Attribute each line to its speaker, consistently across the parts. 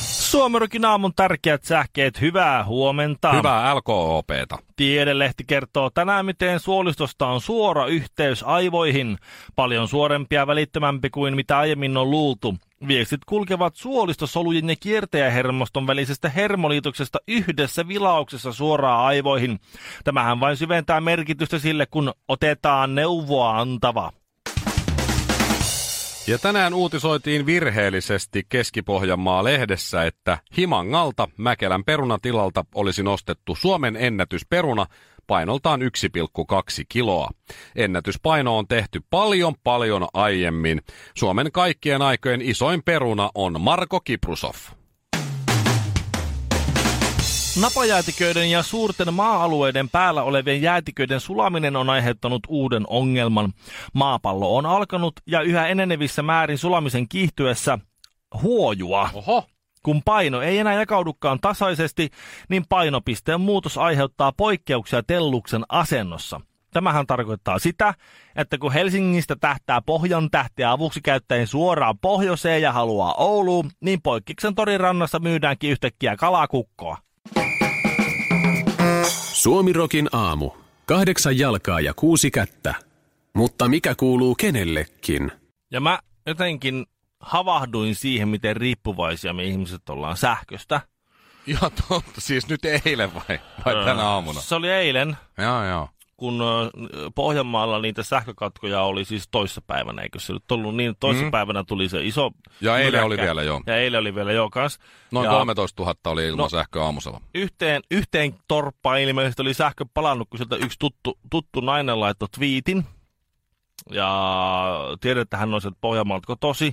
Speaker 1: Suomerokin aamun tärkeät sähkeet, hyvää huomenta.
Speaker 2: Hyvää LKOPta.
Speaker 1: Tiedelehti kertoo tänään, miten suolistosta on suora yhteys aivoihin. Paljon suorempi ja välittömämpi kuin mitä aiemmin on luultu. Viestit kulkevat suolistosolujen ja kiertäjähermoston välisestä hermoliitoksesta yhdessä vilauksessa suoraan aivoihin. Tämähän vain syventää merkitystä sille, kun otetaan neuvoa antava.
Speaker 2: Ja tänään uutisoitiin virheellisesti Keski-Pohjanmaa lehdessä, että Himangalta Mäkelän perunatilalta olisi nostettu Suomen ennätysperuna painoltaan 1,2 kiloa. Ennätyspaino on tehty paljon paljon aiemmin. Suomen kaikkien aikojen isoin peruna on Marko Kiprusov.
Speaker 1: Napajäätiköiden ja suurten maa-alueiden päällä olevien jäätiköiden sulaminen on aiheuttanut uuden ongelman. Maapallo on alkanut ja yhä enenevissä määrin sulamisen kiihtyessä huojua.
Speaker 2: Oho,
Speaker 1: Kun paino ei enää jakaudukaan tasaisesti, niin painopisteen muutos aiheuttaa poikkeuksia telluksen asennossa. Tämähän tarkoittaa sitä, että kun Helsingistä tähtää pohjan tähteä avuksi käyttäen suoraan pohjoiseen ja haluaa Ouluun, niin poikkiksen torin rannassa myydäänkin yhtäkkiä kalakukkoa.
Speaker 3: Suomirokin aamu. Kahdeksan jalkaa ja kuusi kättä. Mutta mikä kuuluu kenellekin?
Speaker 1: Ja mä jotenkin havahduin siihen, miten riippuvaisia me ihmiset ollaan sähköstä.
Speaker 2: ihan totta. Siis nyt eilen vai, vai Äh. tänä aamuna?
Speaker 1: Se oli eilen,
Speaker 2: Joo, joo.
Speaker 1: kun ö, Pohjanmaalla niitä sähkökatkoja oli siis toissapäivänä, eikö se nyt ollut niin? Toissapäivänä tuli se iso...
Speaker 2: Mm-hmm. Ja eilen
Speaker 1: myräkkä.
Speaker 2: oli vielä, joo.
Speaker 1: Ja eilen oli vielä, joo, kans.
Speaker 2: Noin
Speaker 1: ja
Speaker 2: 13 000 oli ilman
Speaker 1: No.
Speaker 2: sähköä aamusella.
Speaker 1: Yhteen, yhteen torppaan ilmeisesti oli sähkö palannut, kun sieltä yksi tuttu, tuttu nainen laittoi twiitin. Ja tiedät, että hän on sieltä Pohjanmaalta tosi.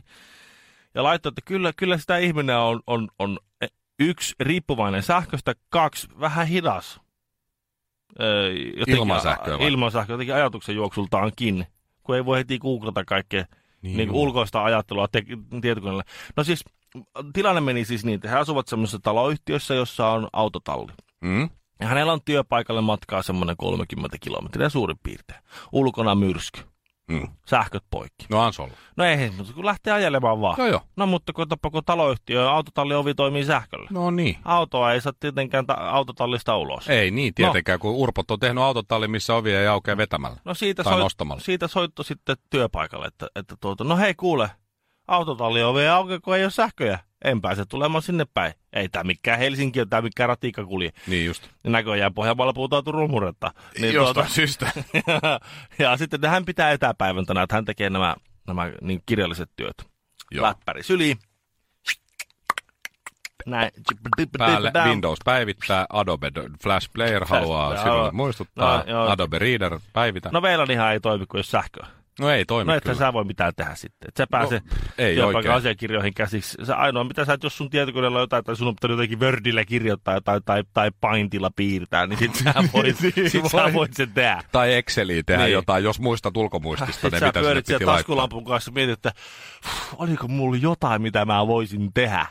Speaker 1: Ja laittoi, että kyllä, kyllä sitä ihminen on, on, on e, yksi riippuvainen sähköstä, kaksi vähän hidas. Öö, jotenkin-
Speaker 2: Ilman sähköä vai?
Speaker 1: Ilman sähköä, jotenkin ajatuksen juoksultaankin, kun ei voi heti googlata kaikkea niin, niin
Speaker 2: joo.
Speaker 1: ulkoista ajattelua te- tietokoneella. No siis tilanne meni siis niin, että he asuvat semmoisessa taloyhtiössä, jossa on autotalli.
Speaker 2: Mm?
Speaker 1: Ja hänellä on työpaikalle matkaa semmoinen 30 kilometriä suurin piirtein. Ulkona myrsky,
Speaker 2: Mm.
Speaker 1: sähköt poikki.
Speaker 2: No Ansolla.
Speaker 1: No ei, mutta kun lähtee ajelemaan vaan.
Speaker 2: Joo, joo.
Speaker 1: No mutta kun, kun taloyhtiö ja autotallin ovi toimii sähköllä.
Speaker 2: No niin.
Speaker 1: Autoa ei saa tietenkään ta- autotallista ulos.
Speaker 2: Ei niin tietenkään, no. kun urpot on tehnyt autotalli, missä ovia ei aukea vetämällä.
Speaker 1: No siitä,
Speaker 2: Tai
Speaker 1: soit,
Speaker 2: nostamalla.
Speaker 1: siitä soitto sitten työpaikalle, että, että tuota, no hei kuule, autotalli ovi ei auke, kun ei ole sähköjä. En pääse tulemaan sinne päin. Ei tämä mikään Helsinki, tämä mikään ratikka kulje.
Speaker 2: Niin just. Niin,
Speaker 1: Ja Näköjään Pohjanmaalla puhutaan Turun murretta. Niin tuota-
Speaker 2: syystä.
Speaker 1: ja sitten hän pitää etäpäivän tänään, että hän tekee nämä, nämä niin kirjalliset työt.
Speaker 2: Joo.
Speaker 1: Läppäri syliin. Näin.
Speaker 2: Päälle Windows päivittää, Adobe Do- Flash Player haluaa
Speaker 1: Flash-
Speaker 2: sinulle
Speaker 1: joo.
Speaker 2: muistuttaa,
Speaker 1: No, joo.
Speaker 2: Adobe Reader päivitä. No,
Speaker 1: No meillä ihan ei toimi, kun ei ole sähköä.
Speaker 2: no ei toimi
Speaker 1: No
Speaker 2: kyllä.
Speaker 1: että sä voi mitään tehdä sitten. Et sä pääse no,
Speaker 2: ei oikein.
Speaker 1: asiakirjoihin käsiksi. Se ainoa mitä sä, et, jos sun tietokoneella on jotain, tai sun on pitänyt jotenkin Wordillä kirjoittaa jotain, tai, tai Paintilla piirtää, niin sit sä voit, sit sä
Speaker 2: voit.
Speaker 1: voit sen tehdä.
Speaker 2: Tai Exceliin tehdä
Speaker 1: Niin.
Speaker 2: niin. jotain, jos muistat ulkomuistista,
Speaker 1: Sitten
Speaker 2: ne
Speaker 1: sä
Speaker 2: mitä sinne
Speaker 1: pyörit
Speaker 2: piti
Speaker 1: siellä
Speaker 2: laittaa.
Speaker 1: taskulampun kanssa ja mietit, että "Puh, oliko mulla jotain, mitä mä voisin tehdä,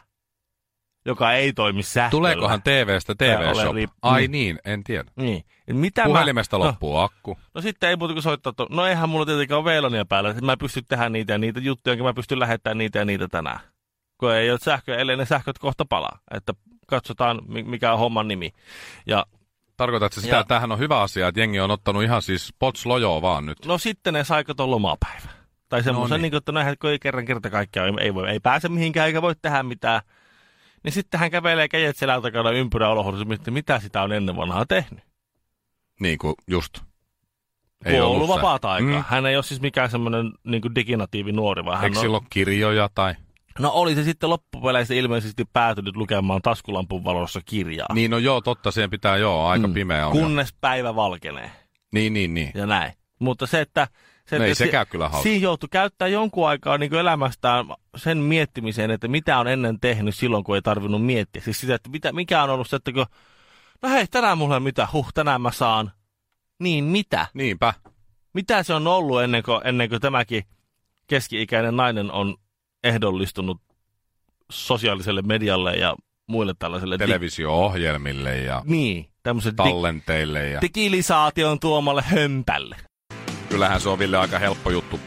Speaker 1: joka ei toimi sähköllä.
Speaker 2: Tuleekohan TVstä
Speaker 1: Tää
Speaker 2: TV
Speaker 1: ole
Speaker 2: Shop?
Speaker 1: riip-
Speaker 2: Ai
Speaker 1: niin.
Speaker 2: niin, en tiedä.
Speaker 1: Niin. Et Mitä
Speaker 2: Puhelimesta
Speaker 1: mä... No,
Speaker 2: loppuu akku.
Speaker 1: no, sitten ei muuta kuin soittaa, että no eihän mulla tietenkään ole veilania päällä. että Mä pystyn tehdä niitä ja niitä juttuja, enkä mä pystyn lähettämään niitä ja niitä tänään. Kun ei ole sähköä, ellei ne sähköt kohta palaa. Että katsotaan, mi- mikä on homman nimi. Ja
Speaker 2: Tarkoitatko sitä,
Speaker 1: Ja-
Speaker 2: että tämähän on hyvä asia, että jengi on ottanut ihan siis pots lojoa vaan nyt?
Speaker 1: No sitten ne sai katon lomapäivä. Tai semmoisen,
Speaker 2: niin.
Speaker 1: niin. että näinhän kun ei kerran kerta kaikkiaan, ei, voi, ei pääse mihinkään eikä voi tehdä mitään. Niin sitten hän kävelee kädet selän takana ympyrä olohuoneessa, että mitä sitä on ennen vanhaa tehnyt.
Speaker 2: Niin kuin just.
Speaker 1: Ei kun on ollut
Speaker 2: sä-
Speaker 1: vapaata aikaa. Mm. Hän ei ole siis mikään semmoinen niin kuin diginatiivi nuori, vaan hän
Speaker 2: Eikö
Speaker 1: on,
Speaker 2: sillä ole kirjoja tai...
Speaker 1: No oli se sitten loppupeleissä ilmeisesti päätynyt lukemaan taskulampun valossa kirjaa.
Speaker 2: Niin, no joo, totta, siihen pitää joo, aika mm. pimeä on. Kun...
Speaker 1: Kunnes päivä valkenee.
Speaker 2: Niin, niin, niin.
Speaker 1: ja näin. Mutta se, että... Se,
Speaker 2: No ei
Speaker 1: että
Speaker 2: sekään kyllä hauska.
Speaker 1: Siinä joutui käyttää jonkun aikaa niin elämästään sen miettimiseen, että mitä on ennen tehnyt silloin, kun ei tarvinnut miettiä. Siis sitä, että mitä, mikä on ollut se, että kun no hei, tänään mulla ei mitä, huh, tänään mä saan. Niin mitä?
Speaker 2: Niinpä.
Speaker 1: Mitä se on ollut ennen kuin, ennen kuin tämäkin keski-ikäinen nainen on ehdollistunut sosiaaliselle medialle ja muille tällaiselle dig-
Speaker 2: Televisio-ohjelmille ja
Speaker 1: niin, tämmöisen dig-
Speaker 2: tallenteille. Ja...
Speaker 1: digilisaation tuomalle hömpälle.
Speaker 2: Kyllähän se on Ville aika helppo juttu.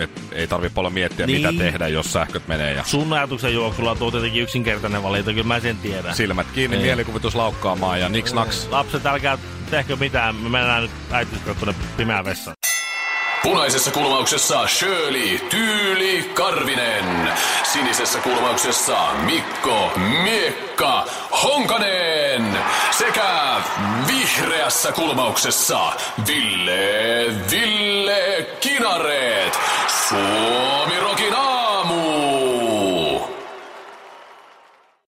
Speaker 2: Et ei tarvitse paljon miettiä,
Speaker 1: Niin.
Speaker 2: mitä tehdä, jos sähköt menee. Ja
Speaker 1: Sun ajatuksen juoksulla tuo tietenkin yksinkertainen valinta, kyllä mä sen tiedän.
Speaker 2: silmät kiinni,
Speaker 1: Ei.
Speaker 2: mielikuvitus laukkaamaan ja niks naks.
Speaker 1: Lapset, älkää tehkö mitään, me mennään nyt äitiskö tuonne pimeään vessaan.
Speaker 3: Punaisessa kulmauksessa Shirley Tyyli Karvinen. Sinisessä kulmauksessa Mikko Miekka Honkanen. Sekä vihreässä kulmauksessa Ville Ville Kinareet. Suomi Rokin aamu.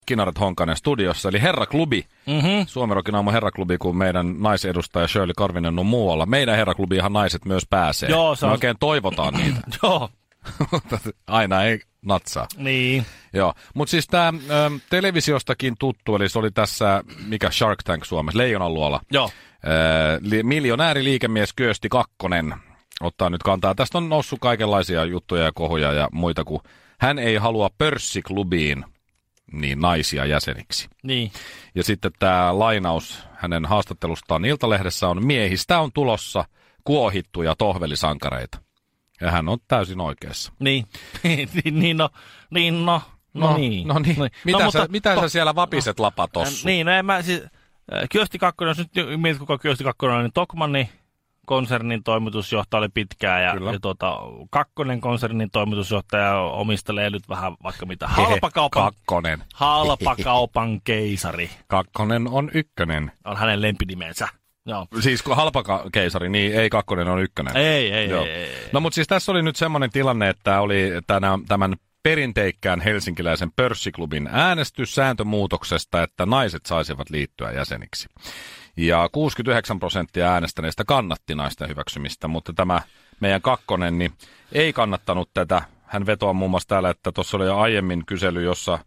Speaker 2: Kinaret Honkanen studiossa, eli Herraklubi. Mm-hmm. Suomerokin aamu Herraklubi, kun meidän naisedustaja Shirley Karvinen on muualla. Meidän Herraklubiinhan naiset myös pääsee.
Speaker 1: Joo, se
Speaker 2: Me
Speaker 1: on-
Speaker 2: oikein toivotaan niitä.
Speaker 1: Joo,
Speaker 2: Mutta Aina ei natsaa.
Speaker 1: niin.
Speaker 2: Joo, mutta siis tämä televisiostakin tuttu, eli se oli tässä, mikä Shark Tank Suomessa, Leijonanluola.
Speaker 1: Joo.
Speaker 2: Ö, li- miljonääriliikemies Kyösti Kakkonen ottaa nyt kantaa. Tästä on noussut kaikenlaisia juttuja ja kohuja ja muita, kun hän ei halua pörssiklubiin niin naisia jäseniksi.
Speaker 1: Niin.
Speaker 2: Ja sitten tämä lainaus hänen haastattelustaan Iltalehdessä on, miehistä on tulossa kuohittuja tohvelisankareita. Ja hän on täysin oikeassa.
Speaker 1: Niin. niin no, niin no. No, niin.
Speaker 2: No niin. Mitä,
Speaker 1: no,
Speaker 2: sä, mitä sä siellä vapiset no, lapatossu?
Speaker 1: Niin, no en mä siis... äh, Kyösti Kakkonen, jos nyt jo- mietit kuka Kyösti Kakkonen on, niin Tokmanni konsernin toimitusjohtaja oli pitkään ja,
Speaker 2: Kyllä.
Speaker 1: ja tuota, Kakkonen konsernin toimitusjohtaja omistelee nyt vähän vaikka mitä. niin, Halpakaupan,
Speaker 2: Kakkonen.
Speaker 1: halpakaupan keisari
Speaker 2: Kakkonen on ykkönen.
Speaker 1: on hänen lempinimensä. Joo.
Speaker 2: Siis kun halpa ka- keisari, niin ei kakkonen on ykkönen.
Speaker 1: Ei, ei,
Speaker 2: Joo.
Speaker 1: ei, ei, ei.
Speaker 2: No mutta siis tässä oli nyt semmoinen tilanne, että oli tänä, tämän perinteikkään helsinkiläisen pörssiklubin äänestys sääntömuutoksesta, että naiset saisivat liittyä jäseniksi. Ja 69 prosenttia äänestäneistä kannatti naisten hyväksymistä, mutta tämä meidän kakkonen niin ei kannattanut tätä. Hän vetoaa muun muassa täällä, että tuossa oli jo aiemmin kysely, jossa,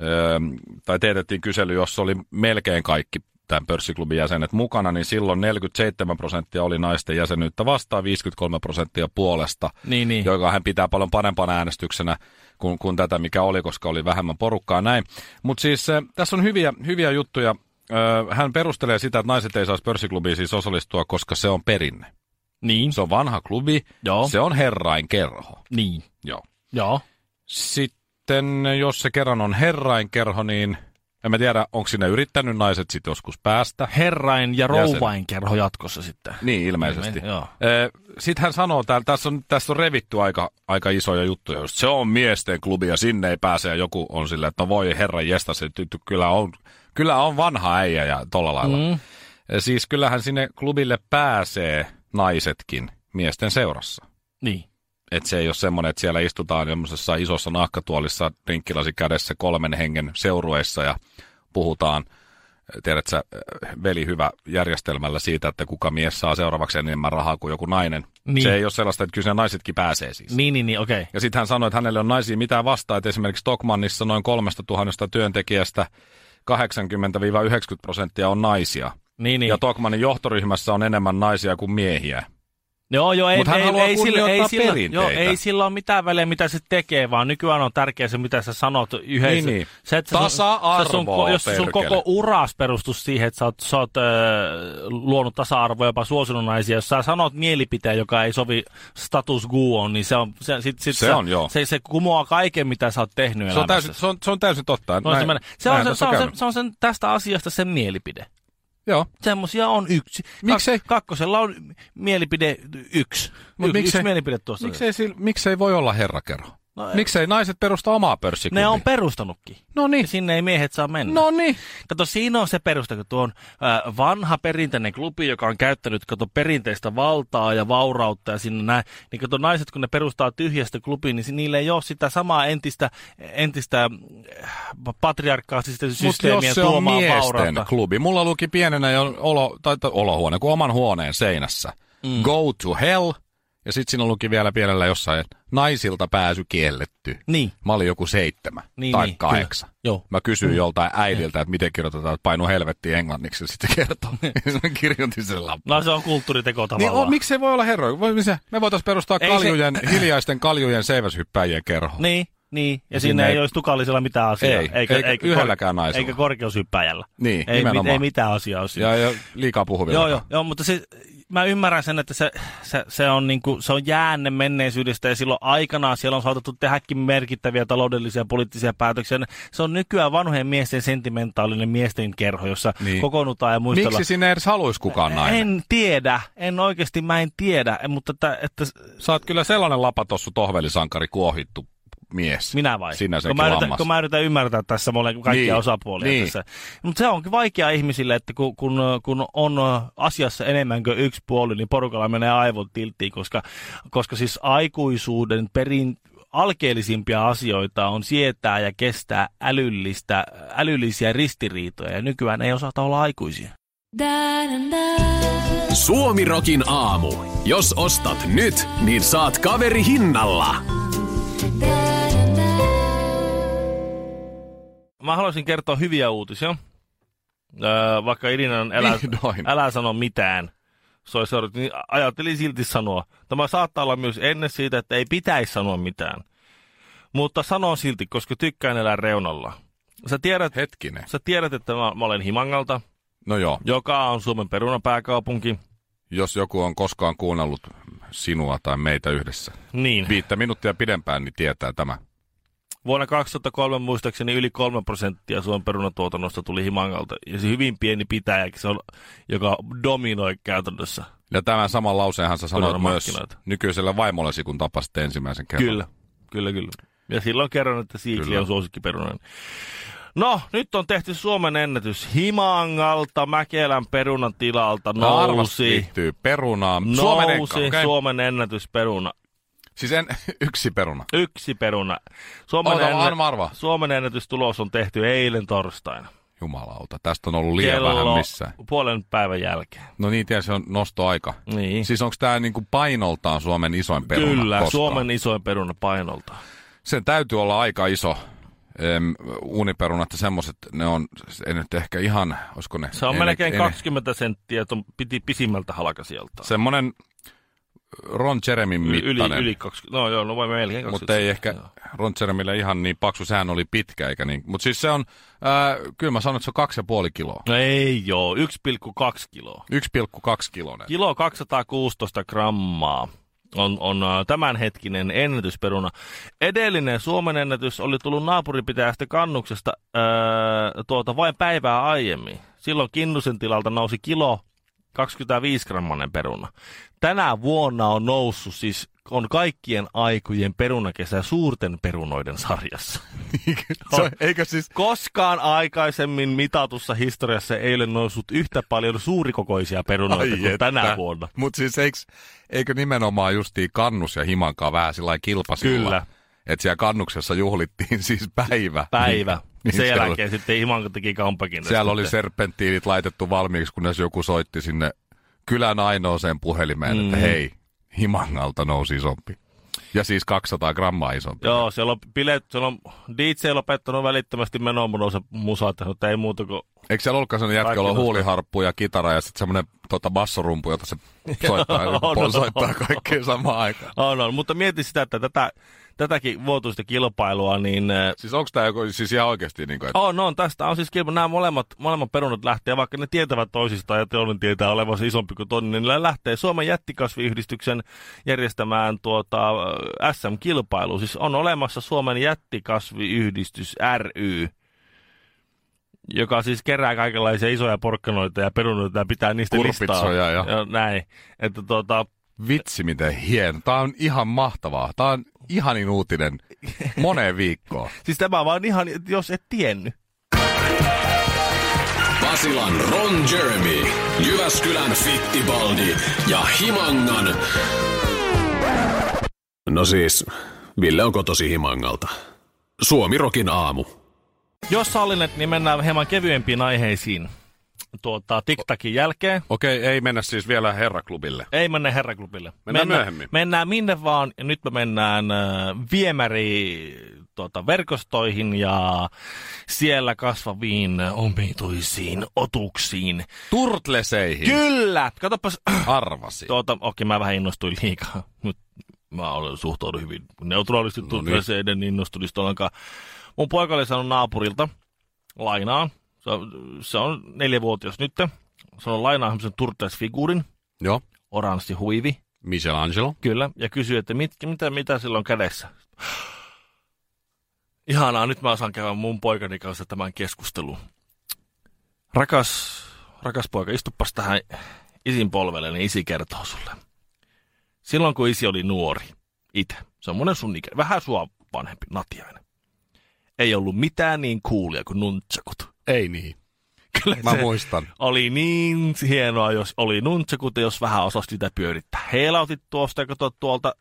Speaker 2: ö, tai teetettiin kysely, jossa oli melkein kaikki tämän pörssiklubin jäsenet mukana, niin silloin 47 prosenttia oli naisten jäsenyyttä vastaan, 53 prosenttia puolesta,
Speaker 1: Niin, niin.
Speaker 2: joka hän pitää paljon parempana äänestyksenä kuin, kuin tätä, mikä oli, koska oli vähemmän porukkaa näin. Mutta siis äh, tässä on hyviä, hyviä juttuja. Äh, hän perustelee sitä, että naiset ei saisi pörssiklubiin siis osallistua, koska se on perinne.
Speaker 1: Niin,
Speaker 2: Se on vanha klubi,
Speaker 1: Joo.
Speaker 2: se on herrain kerho.
Speaker 1: niin.
Speaker 2: Joo.
Speaker 1: Joo.
Speaker 2: Sitten jos se kerran on herrain kerho, niin en mä tiedä, onko sinne yrittänyt naiset sitten joskus päästä.
Speaker 1: Herrain ja rouvain
Speaker 2: Jäsen.
Speaker 1: kerho jatkossa sitten.
Speaker 2: Niin, ilmeisesti.
Speaker 1: Ilme- joo.
Speaker 2: Sitten hän sanoo, täällä, tässä, on, tässä on revitty aika, aika isoja juttuja. Just, se on miesten klubi ja sinne ei pääse. Ja joku on silleen, että no voi herra jästä, se tyttö kyllä on, kyllä on vanha äijä ja tolla lailla. Mm. Siis kyllähän sinne klubille pääsee naisetkin miesten seurassa.
Speaker 1: Niin.
Speaker 2: Et se ei ole semmoinen, että siellä istutaan jommosessa isossa nahkatuolissa rinkkilasi kädessä kolmen hengen seurueissa ja puhutaan, tiedät sä, veli hyvä järjestelmällä siitä, että kuka mies saa seuraavaksi enemmän rahaa kuin joku nainen.
Speaker 1: Niin.
Speaker 2: Niin. Se ei ole sellaista, että kyllä siinä naisetkin pääsee siis.
Speaker 1: Niin, niin, niin, okei.
Speaker 2: Ja sitten hän sanoi, että hänelle on naisia mitään vastaan, että esimerkiksi Stockmannissa noin 3000 työntekijästä 80-90 prosenttia on naisia.
Speaker 1: Niin,
Speaker 2: Niin.
Speaker 1: niin.
Speaker 2: Ja Tokmanin johtoryhmassa on enemmän naisia kuin miehiä.
Speaker 1: Joo, joo, ei,
Speaker 2: Mut hän
Speaker 1: ei,
Speaker 2: haluaa
Speaker 1: ei, sillä, ei,
Speaker 2: kunnioittaa
Speaker 1: sillä, joo,
Speaker 2: perinteitä.
Speaker 1: ei sillä ole mitään väliä, mitä se tekee, vaan nykyään on tärkeää se, mitä sä sanot yhdessä.
Speaker 2: Niin, niin.
Speaker 1: Se, että sä sun-
Speaker 2: Tasa-arvoa,
Speaker 1: se sun, ko- Jos se sun
Speaker 2: perkele.
Speaker 1: koko uras perustus siihen, että sä oot, sä oot äh, luonut tasa-arvoa, jopa suosinut naisia, jos sä sanot mielipiteen, joka ei sovi status quoon, niin se on, se, sit, sit
Speaker 2: Se
Speaker 1: sä,
Speaker 2: on, joo.
Speaker 1: Se, se kumoaa kaiken, mitä sä oot tehnyt
Speaker 2: Se on,
Speaker 1: elämässäsi.
Speaker 2: täysin, se, on, se on täysin totta.
Speaker 1: Noin se, menee. se, on,
Speaker 2: näin
Speaker 1: se,
Speaker 2: tässä
Speaker 1: se, on se,
Speaker 2: käynyt.
Speaker 1: se on sen, tästä asiasta sen mielipide.
Speaker 2: Joo.
Speaker 1: Semmoisia on yksi.
Speaker 2: Miksei-
Speaker 1: kakkosella on mielipide yksi.
Speaker 2: Mut
Speaker 1: Y- yksi
Speaker 2: miksei-
Speaker 1: mielipide tuossa.
Speaker 2: Miksei, sil, miksei voi olla herrakerho?
Speaker 1: No
Speaker 2: No
Speaker 1: ei.
Speaker 2: miksei naiset perusta omaa pörssiklubia?
Speaker 1: Ne on perustanutkin.
Speaker 2: No niin.
Speaker 1: Ja Sinne ei miehet saa mennä.
Speaker 2: No niin.
Speaker 1: Kato, siinä on se perusta, kun tuo on äh, vanha perinteinen klubi, joka on käyttänyt kato, perinteistä valtaa ja vaurautta ja sinne näin. Niin kato, naiset, kun ne perustaa tyhjästä klubiin, niin si- niillä ei ole sitä samaa entistä, entistä äh, patriarkaatista
Speaker 2: Mutta jos
Speaker 1: systeemiä
Speaker 2: se on
Speaker 1: tuomaan
Speaker 2: miesten
Speaker 1: vaurautta.
Speaker 2: klubi. Mulla luki pienenä jo olo, tai, tai olohuone, kun oman huoneen seinässä. Mm. Go to hell. Ja sitten siinä olikin vielä pienellä jossain, että naisilta pääsy kielletty.
Speaker 1: Niin.
Speaker 2: Mä olin joku seitsemän
Speaker 1: Niin,
Speaker 2: tai
Speaker 1: niin,
Speaker 2: kahdeksan.
Speaker 1: kyllä. Joo. Mm.
Speaker 2: Mä kysyin joltain äidiltä, että miten kirjoitetaan, että painu helvettiin englanniksi, ja sitten se kertoo. Mä kirjoitin sen lapun.
Speaker 1: No se on kulttuuriteko
Speaker 2: Niin
Speaker 1: tavallaan.
Speaker 2: on, miksi se voi olla herroja? Voi- missä- Me voitaisiin perustaa
Speaker 1: Ei se-
Speaker 2: kaljujen, hiljaisten kaljujen seiväshyppäjien kerho.
Speaker 1: Niin, niin. Ja
Speaker 2: Siinä
Speaker 1: sinne ei
Speaker 2: ei-
Speaker 1: olisi tukallisella mitään asiaa.
Speaker 2: Ei, eikä yhdelläkään naisella.
Speaker 1: Eikä korkeushyppäjällä.
Speaker 2: Niin,
Speaker 1: ei, mit,
Speaker 2: nimenomaan.
Speaker 1: ei mitään asiaa olisi.
Speaker 2: Ja, ja liikaa puhuvilla.
Speaker 1: Joo, joo, joo, mutta se, mä ymmärrän sen, että se, se, se, on niinku, se on jäänne menneisyydestä ja silloin aikanaan siellä on saatettu tehdäkin merkittäviä taloudellisia ja poliittisia päätöksiä. Se on nykyään vanhojen miesten sentimentaalinen miesten kerho, jossa
Speaker 2: Niin.
Speaker 1: niin. kokoonnutaan ja muistellaan.
Speaker 2: Miksi sinne edes haluaisi kukaan nainen?
Speaker 1: En tiedä, en oikeasti, mä en tiedä, en- mutta että, että
Speaker 2: Sä oot kyllä sellainen lapatossu tohvelisankari kuohittu mies.
Speaker 1: minä vai?
Speaker 2: Sinä sen
Speaker 1: kun, mä yritän, kun mä yritän ymmärtää tässä molemmat kaikkia
Speaker 2: Niin,
Speaker 1: osapuolia
Speaker 2: niin.
Speaker 1: tässä. Mutta se onkin vaikea ihmisille, että kun, kun, kun on ö, asiassa enemmän kuin yksi puoli, niin porukalla menee aivot tilttiin, koska, koska siis aikuisuuden perin alkeellisimpia asioita on sietää ja kestää älyllistä, älyllisiä ristiriitoja, ja nykyään ei osata olla aikuisia.
Speaker 3: Suomirokin aamu. Jos ostat nyt, niin saat kaveri hinnalla.
Speaker 1: Mä haluaisin kertoa hyviä uutisia, öö, vaikka Irinan elä,
Speaker 2: Vihdoin.
Speaker 1: älä sano mitään. Se olisi seurannut, niin ajattelin silti sanoa. Tämä saattaa olla myös ennen siitä, että ei pitäisi sanoa mitään. Mutta sanon silti, koska tykkään elää reunalla. Sä tiedät,
Speaker 2: Hetkinen.
Speaker 1: sä tiedät että mä, mä olen Himangalta,
Speaker 2: No joo,
Speaker 1: joka on Suomen perunapääkaupunki.
Speaker 2: jos joku on koskaan kuunnellut sinua tai meitä yhdessä
Speaker 1: Niin.
Speaker 2: viittä minuuttia pidempään, niin tietää tämä.
Speaker 1: Vuonna 2003 muistaakseni yli 3 prosenttia Suomen perunatuotannosta tuli Himangalta. Ja se hyvin pieni pitäjä, se on, joka dominoi käytännössä.
Speaker 2: Ja tämän saman lauseenhan sä sanoit myös
Speaker 1: markkinoita.
Speaker 2: nykyisellä vaimollesi, kun tapasitte ensimmäisen kerran.
Speaker 1: Kyllä, kyllä, kyllä. Ja silloin kerron, että siikli
Speaker 2: Kyllä.
Speaker 1: on suosikkiperunainen. No, nyt on tehty Suomen ennätys. Himangalta Mäkelän perunan tilalta
Speaker 2: No arvas
Speaker 1: nousi,
Speaker 2: liittyy perunaan. Suomen
Speaker 1: nousi
Speaker 2: enka,
Speaker 1: Suomen,
Speaker 2: okay.
Speaker 1: Suomen ennätysperuna.
Speaker 2: Siis en, yksi peruna.
Speaker 1: Yksi peruna. Suomen,
Speaker 2: Ota, anna arvaa.
Speaker 1: Suomen ennätystulos on tehty eilen torstaina.
Speaker 2: Jumalauta, tästä on ollut liian vähän missään.
Speaker 1: puolen päivän jälkeen.
Speaker 2: No niin, tiedä, se on nostoaika.
Speaker 1: Niin.
Speaker 2: Siis onko tämä niinku painoltaan Suomen isoin peruna
Speaker 1: Kyllä,
Speaker 2: koskaan?
Speaker 1: Suomen isoin peruna painolta.
Speaker 2: Sen täytyy olla aika iso em, uuniperunat ja semmoiset, ne on, ei nyt ehkä ihan, olisiko ne?
Speaker 1: Se on
Speaker 2: ei,
Speaker 1: melkein
Speaker 2: ne- ei
Speaker 1: 20 senttiä, tuon piti pisimmältä halkasijalta.
Speaker 2: Ne, semmoinen Ron Jeremin
Speaker 1: Yli,
Speaker 2: mittainen,
Speaker 1: yli 20, no joo, no voi melkein 20
Speaker 2: mutta ei ehkä
Speaker 1: senttiä, joo.
Speaker 2: Ron Jeremille ihan niin paksu, sehän oli pitkä, eikä niin. Mutta siis se on, ää, kyllä mä sanon, että se on kaksi ja puoli kiloa.
Speaker 1: No ei joo, 1,2 kiloa.
Speaker 2: 1,2 kiloinen.
Speaker 1: Kilo 216 grammaa on, on ä, tämänhetkinen ennätysperuna. Edellinen Suomen ennätys oli tullut naapuripitäjästä kannuksesta öö, tuota, vain päivää aiemmin. Silloin Kinnusen tilalta nousi kilo 25 grammanen peruna. Tänä vuonna on noussut siis on kaikkien aikujen perunakesä suurten perunoiden sarjassa.
Speaker 2: se, eikö siis,
Speaker 1: Koskaan aikaisemmin mitatussa historiassa ei ole noussut yhtä paljon suurikokoisia perunoita kuin tänä vuonna.
Speaker 2: Mutta siis eikö, eikö nimenomaan justiin kannus ja himankaa vähän sillä kilpasilla?
Speaker 1: Kyllä.
Speaker 2: Että siellä kannuksessa juhlittiin siis päivä.
Speaker 1: Päivä.
Speaker 2: Niin,
Speaker 1: Sen
Speaker 2: siellä,
Speaker 1: jälkeen sitten Imanko teki kampakin.
Speaker 2: siellä oli serpentiinit laitettu valmiiksi, kunnes joku soitti sinne kylän ainoaseen puhelimeen, mm. että hei, himangalta nousi isompi. Ja siis 200 grammaa isompi.
Speaker 1: Joo, siellä on, bileet, siellä on DJ lopettanut välittömästi menoon mun osa musaa tehnyt, että ei muuta kuin...
Speaker 2: Eikö siellä ollutkaan sellainen jätkä,
Speaker 1: Kaikki
Speaker 2: jolla on
Speaker 1: nostaa.
Speaker 2: huuliharppu ja kitara ja sitten semmoinen tota, bassorumpu, jota se soittaa,
Speaker 1: On,
Speaker 2: soittaa
Speaker 1: on.
Speaker 2: kaikkea samaan aikaan.
Speaker 1: On, on. Oh, no, Mutta mieti sitä, että tätä, tätäkin vuotuista kilpailua, niin... ö,
Speaker 2: Siis onko tämä joku, siis ihan oikeasti niin kuin, että
Speaker 1: On, on, tästä on siis kilpailu. Nämä molemmat, molemmat perunat lähtee, vaikka ne tietävät toisistaan ja toinen tietää olevansa isompi kuin toinen, niin ne lähtee Suomen jättikasviyhdistyksen järjestämään tuota, ö, SM-kilpailu. Siis on olemassa Suomen jättikasviyhdistys ry, joka siis kerää kaikenlaisia isoja porkkanoita ja perunoita ja pitää niistä listaa.
Speaker 2: Kurpitsoja ja-
Speaker 1: näin. Että tuota,
Speaker 2: Vitsi, miten hieno. Tämä on ihan mahtavaa. Tämä on ihanin uutinen moneen viikkoon.
Speaker 1: siis tämä vaan ihan, jos et tiennyt.
Speaker 3: Basilan Ron Jeremy, Jyväskylän Fittibaldi ja Himangan... No siis, Ville on kotosi Himangalta. Suomirokin aamu.
Speaker 1: Jos sallinet, niin mennään hieman kevyempiin aiheisiin. tuota, TikTakin jälkeen.
Speaker 2: Okei, ei mennä siis vielä herraklubille.
Speaker 1: Ei mennä herraklubille.
Speaker 2: Mennään myöhemmin.
Speaker 1: Mennään minne vaan, ja nyt me mennään äh, viemäri tuota, verkostoihin ja siellä kasvaviin omituisiin otuksiin.
Speaker 2: Niin. Turtleseihin.
Speaker 1: Kyllä! Katsopas,
Speaker 2: Arvasin.
Speaker 1: tuota, okei mä vähän innostuin liikaa. Nyt mä olen suhtaudun hyvin neutraalisti
Speaker 2: niin.
Speaker 1: turtleseiden innostunista ollenkaan. Mun poika oli saanut naapurilta lainaa. Se on, se on neljävuotias nyt. Se on lainaa semmoisen turtlesfiguurin,
Speaker 2: Joo.
Speaker 1: oranssi huivi.
Speaker 2: Michelangelo.
Speaker 1: Kyllä, ja kysyi, että mit, mitä, mitä sillä on kädessä. Ihanaa, nyt mä saan käydä mun poikani kanssa tämän keskustelun. Rakas, rakas poika, istupas tähän isin polvelle, niin isi kertoo sulle. Silloin kun isi oli nuori, itse, semmonen sun ikä, vähän sua vanhempi, natiainen. Ei ollut mitään niin kuulia kuin nuntsakut.
Speaker 2: Ei niin.
Speaker 1: Kyllä
Speaker 2: Mä
Speaker 1: se-
Speaker 2: muistan.
Speaker 1: oli niin hienoa, jos oli nuntsakut ja jos vähän osasi sitä pyörittää. Heilautit tuosta ja katsot tuolta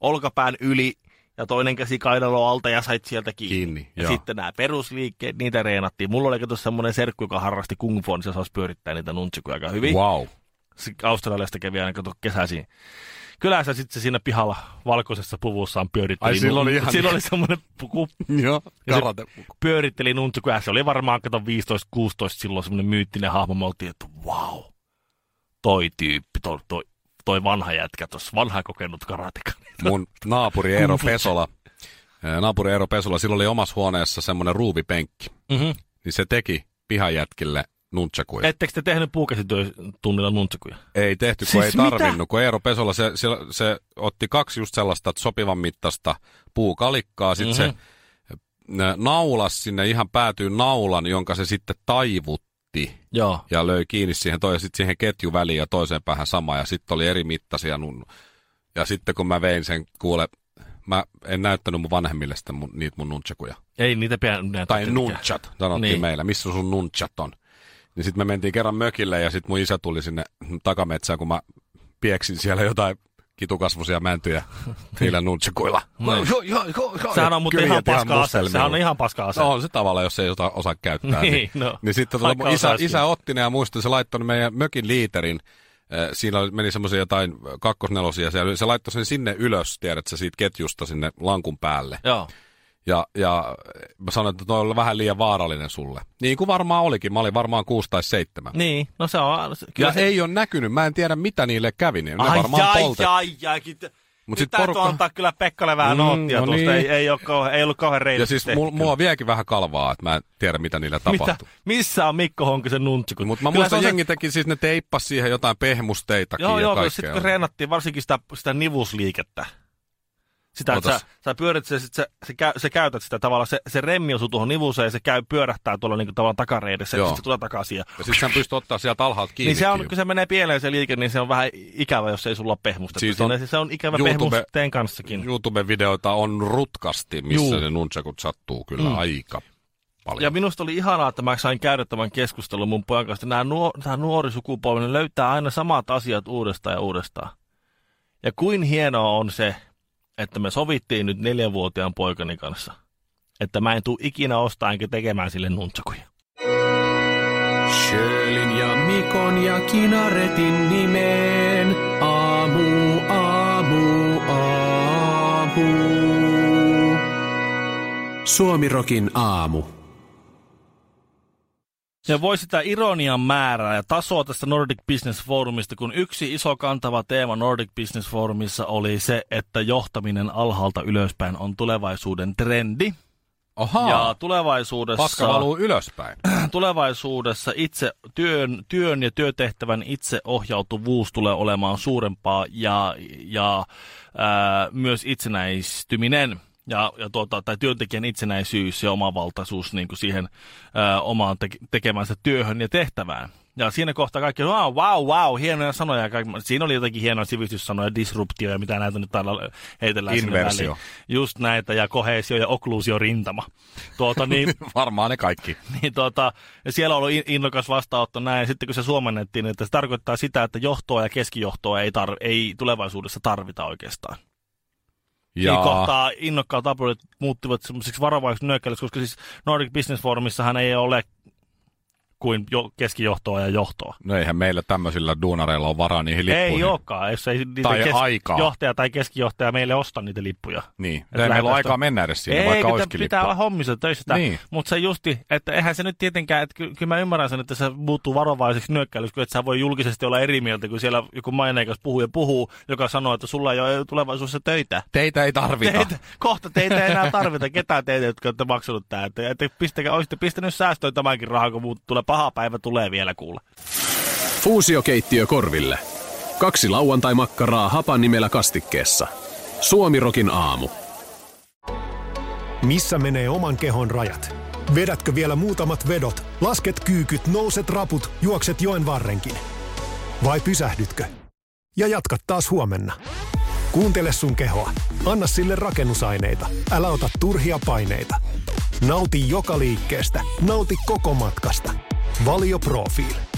Speaker 1: olkapään yli ja toinen käsi kainalo alta ja sait sieltä kiinni.
Speaker 2: Kiinni,
Speaker 1: ja
Speaker 2: joo.
Speaker 1: sitten nämä perusliikkeet, niitä reenattiin. Mulla oli kato semmoinen serkku, joka harrasti kung fu, niin se osasi pyörittää niitä nuntsikuja aika hyvin.
Speaker 2: Wow.
Speaker 1: Se Australiasta kävi aina kato kesäisin. Kylässä sitten se siinä pihalla valkoisessa puvussaan pyöritteli.
Speaker 2: Ai, sillä oli
Speaker 1: nun-
Speaker 2: ihan-
Speaker 1: sillä oli semmoinen puku,
Speaker 2: Joo.
Speaker 1: ja se
Speaker 2: Karate.
Speaker 1: pyöritteli nuntsukuja. Se oli varmaan, kato 15-16 silloin semmoinen myyttinen hahmo. Me oltiin, että wow, toi tyyppi, toi, toi, toi vanha jätkä tuossa, vanha kokenut karateka.
Speaker 2: Mun naapuri Eero
Speaker 1: Kung fu.
Speaker 2: Pesola. ää, Naapuri Eero Pesola, sillä oli omassa huoneessa semmoinen ruuvipenkki.
Speaker 1: Mm-hmm.
Speaker 2: Niin se teki pihajätkille nunchakuja.
Speaker 1: Ettekö te tehnyt puukäsityötunnilla nuntsukuja?
Speaker 2: Ei tehty, kun
Speaker 1: Siis
Speaker 2: ei
Speaker 1: mitä?
Speaker 2: tarvinnut, kun Eero Pesola se, se, se otti kaksi just sellaista sopivan mittaista puukalikkaa, sitten mm-hmm. se ö, naulas sinne ihan päätyy naulan, jonka se sitten taivutti
Speaker 1: Joo.
Speaker 2: ja löi kiinni siihen toi, ja sitten siihen ketju väliin ja toiseen päähän sama, ja sitten oli eri mittaisia nun. Ja sitten kun mä vein sen, kuule, mä en näyttänyt mun vanhemmille sitä mun, niitä mun nunchakuja.
Speaker 1: Ei niitä pian näitä
Speaker 2: Tai
Speaker 1: tietenkään.
Speaker 2: nunchat, sanottiin
Speaker 1: Niin.
Speaker 2: niin. meillä. Missä sun nunchat on? Niin sitten me mentiin kerran mökille ja sitten mun isä tuli sinne takametsään, kun mä pieksin siellä jotain kitukasvusia mäntyjä niillä nunchakuilla.
Speaker 1: Niin.
Speaker 2: Joo, joo, joo, joo.
Speaker 1: Sehän on muuten
Speaker 2: Kyljet
Speaker 1: ihan paska ase.
Speaker 2: mustelmilla.
Speaker 1: Sehän on ihan paska ase.
Speaker 2: No on se tavallaan, jos ei jota osaa käyttää.
Speaker 1: Niin,
Speaker 2: Niin,
Speaker 1: no.
Speaker 2: niin sitten tuota,
Speaker 1: Aika
Speaker 2: mun isä,
Speaker 1: osaisikin.
Speaker 2: isä otti ne ja muistan, se laittoi ne meidän mökin liiterin. Äh, Siinä oli- meni semmoisia jotain äh, kakkosnelosia. siellä. Se laittoi sen sinne ylös, tiedät sä, siitä ketjusta sinne lankun päälle.
Speaker 1: Joo.
Speaker 2: Ja, ja eh, mä sanoin, että toi oli vähän liian vaarallinen sulle. Niin kuin varmaan olikin. Mä olin varmaan kuusi tai seitsemän.
Speaker 1: Niin, no se on... se-
Speaker 2: Kyllä ja
Speaker 1: se...
Speaker 2: ei ole näkynyt. Mä en tiedä, mitä niille kävi. Niin ne
Speaker 1: Ai,
Speaker 2: varmaan
Speaker 1: ai,
Speaker 2: poltettiin.
Speaker 1: ai, ai, kit- Mut
Speaker 2: Mut
Speaker 1: sit
Speaker 2: sit
Speaker 1: täytyy
Speaker 2: porukka-
Speaker 1: antaa kyllä Pekkalle vähän
Speaker 2: Mm,
Speaker 1: noottia
Speaker 2: no
Speaker 1: tuosta.
Speaker 2: niin.
Speaker 1: Ei, ei, ole kauhean, ei ollut kauhean reilu.
Speaker 2: Ja siis mulla, mulla vieläkin vähän kalvaa, että mä en tiedä, mitä niillä
Speaker 1: Mitä?
Speaker 2: tapahtui.
Speaker 1: Missä on Mikko Honkisen nuntsikut?
Speaker 2: Mutta mä
Speaker 1: Kyllä se
Speaker 2: muistan,
Speaker 1: on se-
Speaker 2: jengi teki siis, ne teippas siihen jotain pehmusteitakin
Speaker 1: Joo,
Speaker 2: ja
Speaker 1: joo, kun
Speaker 2: kaikkea.
Speaker 1: sitten kun treenattiin varsinkin sitä, sitä nivusliikettä. Sitä, että sä,
Speaker 2: Ootas.
Speaker 1: sä pyörit, se, sit sä, se, käy, se käytät sitä tavallaan, se, se remmi osuu tuohon nivuseen ja se käy pyörähtää tuolla niinku tavallaan takareidessä ja
Speaker 2: Joo.
Speaker 1: sitten se tulee takaisin. Ja,
Speaker 2: Ja sit sä pystyt ottaa sieltä alhaalta kiinni.
Speaker 1: niin se on, kun se menee pieleen se liike, niin se on vähän ikävä, jos ei sulla ole pehmusta.
Speaker 2: Siis
Speaker 1: Siinä
Speaker 2: on
Speaker 1: se- se on ikävä
Speaker 2: YouTube-
Speaker 1: pehmusteen kanssakin.
Speaker 2: YouTube-videoita on rutkasti, missä
Speaker 1: Juu.
Speaker 2: Juu. ne nunchakut sattuu kyllä
Speaker 1: Mm.
Speaker 2: mm. aika paljon.
Speaker 1: Ja minusta oli ihanaa, että mä sain käydä tämän keskustelun mun pojan kanssa. Nämä nuor- tämä nuori sukupolvi ne löytää aina samat asiat uudestaan ja uudestaan. Ja kuin hienoa on se, että me sovittiin nyt neljänvuotiaan poikani kanssa, että mä en tule ikinä ostaa enkä tekemään sille nuntsakuja.
Speaker 3: Sjölin ja Mikon ja Kinaretin nimeen. Aamu, aamu, aamu. Suomirokin aamu.
Speaker 1: Ja voi sitä ironian määrää ja tasoa tästä Nordic Business Forumista, kun yksi iso kantava teema Nordic Business Forumissa oli se, että johtaminen alhaalta ylöspäin on tulevaisuuden trendi.
Speaker 2: Ahaa,
Speaker 1: Ja
Speaker 2: ja
Speaker 1: tulevaisuudessa...
Speaker 2: paska valuu ylöspäin.
Speaker 1: tulevaisuudessa itse työn, työn ja työtehtävän itseohjautuvuus tulee olemaan suurempaa ja, ja ää, myös itsenäistyminen ja, ja tuota, tai työntekijän itsenäisyys ja omavaltaisuus niin kuin siihen ää, omaan te- tekemänsä työhön ja tehtävään. Ja siinä kohtaa kaikki, wow, wow, wow, hienoja sanoja. Kaikki, siinä oli jotakin hienoja sivistyssanoja, disruptio ja mitä näitä nyt täällä heitellään sinne
Speaker 2: Inversio.
Speaker 1: väliin. Just näitä ja kohesio ja okkluusio rintama. Tuota, niin,
Speaker 2: Varmaan ne kaikki.
Speaker 1: niin tota, ja siellä on ollut in- innokas vastaanotto näin, ja sitten kun se suomennettiin, että se tarkoittaa sitä, että johtoa ja keskijohtoa ei, tar- ei tulevaisuudessa tarvita oikeastaan. Ja. Siinä kohtaa innokkaat apurit muuttivat semmoisiksi varovaisiksi nyökkäilyksi, koska siis Nordic Business Forumissahan ei ole kuin jo, keskijohtoa ja johtoa.
Speaker 2: No eihän meillä tämmöisillä duunareilla ole varaa niihin lippuihin.
Speaker 1: Ei olekaan, jos ei niitä
Speaker 2: Tai aikaa.
Speaker 1: johtaja tai keskijohtaja meille osta niitä lippuja.
Speaker 2: Niin,
Speaker 1: Et
Speaker 2: ei meillä ole
Speaker 1: lähdetään-
Speaker 2: aikaa mennä edes sinne,
Speaker 1: ei,
Speaker 2: vaikka
Speaker 1: kun
Speaker 2: olisikin
Speaker 1: pitää
Speaker 2: lippu.
Speaker 1: olla hommissa töissä.
Speaker 2: Niin.
Speaker 1: Niin. Mutta se justi, että eihän se nyt tietenkään, että ky- kyllä mä ymmärrän sen, että se muuttuu varovaiseksi nyökkäilyksi, kun et sä voi julkisesti olla eri mieltä, kun siellä joku maineikas puhuu ja puhuu, joka sanoo, että sulla ei ole tulevaisuudessa töitä.
Speaker 2: Teitä ei tarvita.
Speaker 1: Teitä, kohta teitä ei enää tarvita, ketään teitä, jotka olette maksanut tämä. Että, että pistäkää, olisitte pistänyt säästöön tämänkin rahaa, kun muut tulee paha päivä tulee vielä kuulla.
Speaker 3: Fuusiokeittiö korville. Kaksi lauantai-makkaraa hapan nimellä kastikkeessa. Suomirokin aamu.
Speaker 4: Missä menee oman kehon rajat? Vedätkö vielä muutamat vedot? Lasket kyykyt, nouset raput, juokset joen varrenkin. Vai pysähdytkö? Ja jatka taas huomenna. Kuuntele sun kehoa. Anna sille rakennusaineita. Älä ota turhia paineita. Nauti joka liikkeestä. Nauti koko matkasta. Valio Profiil.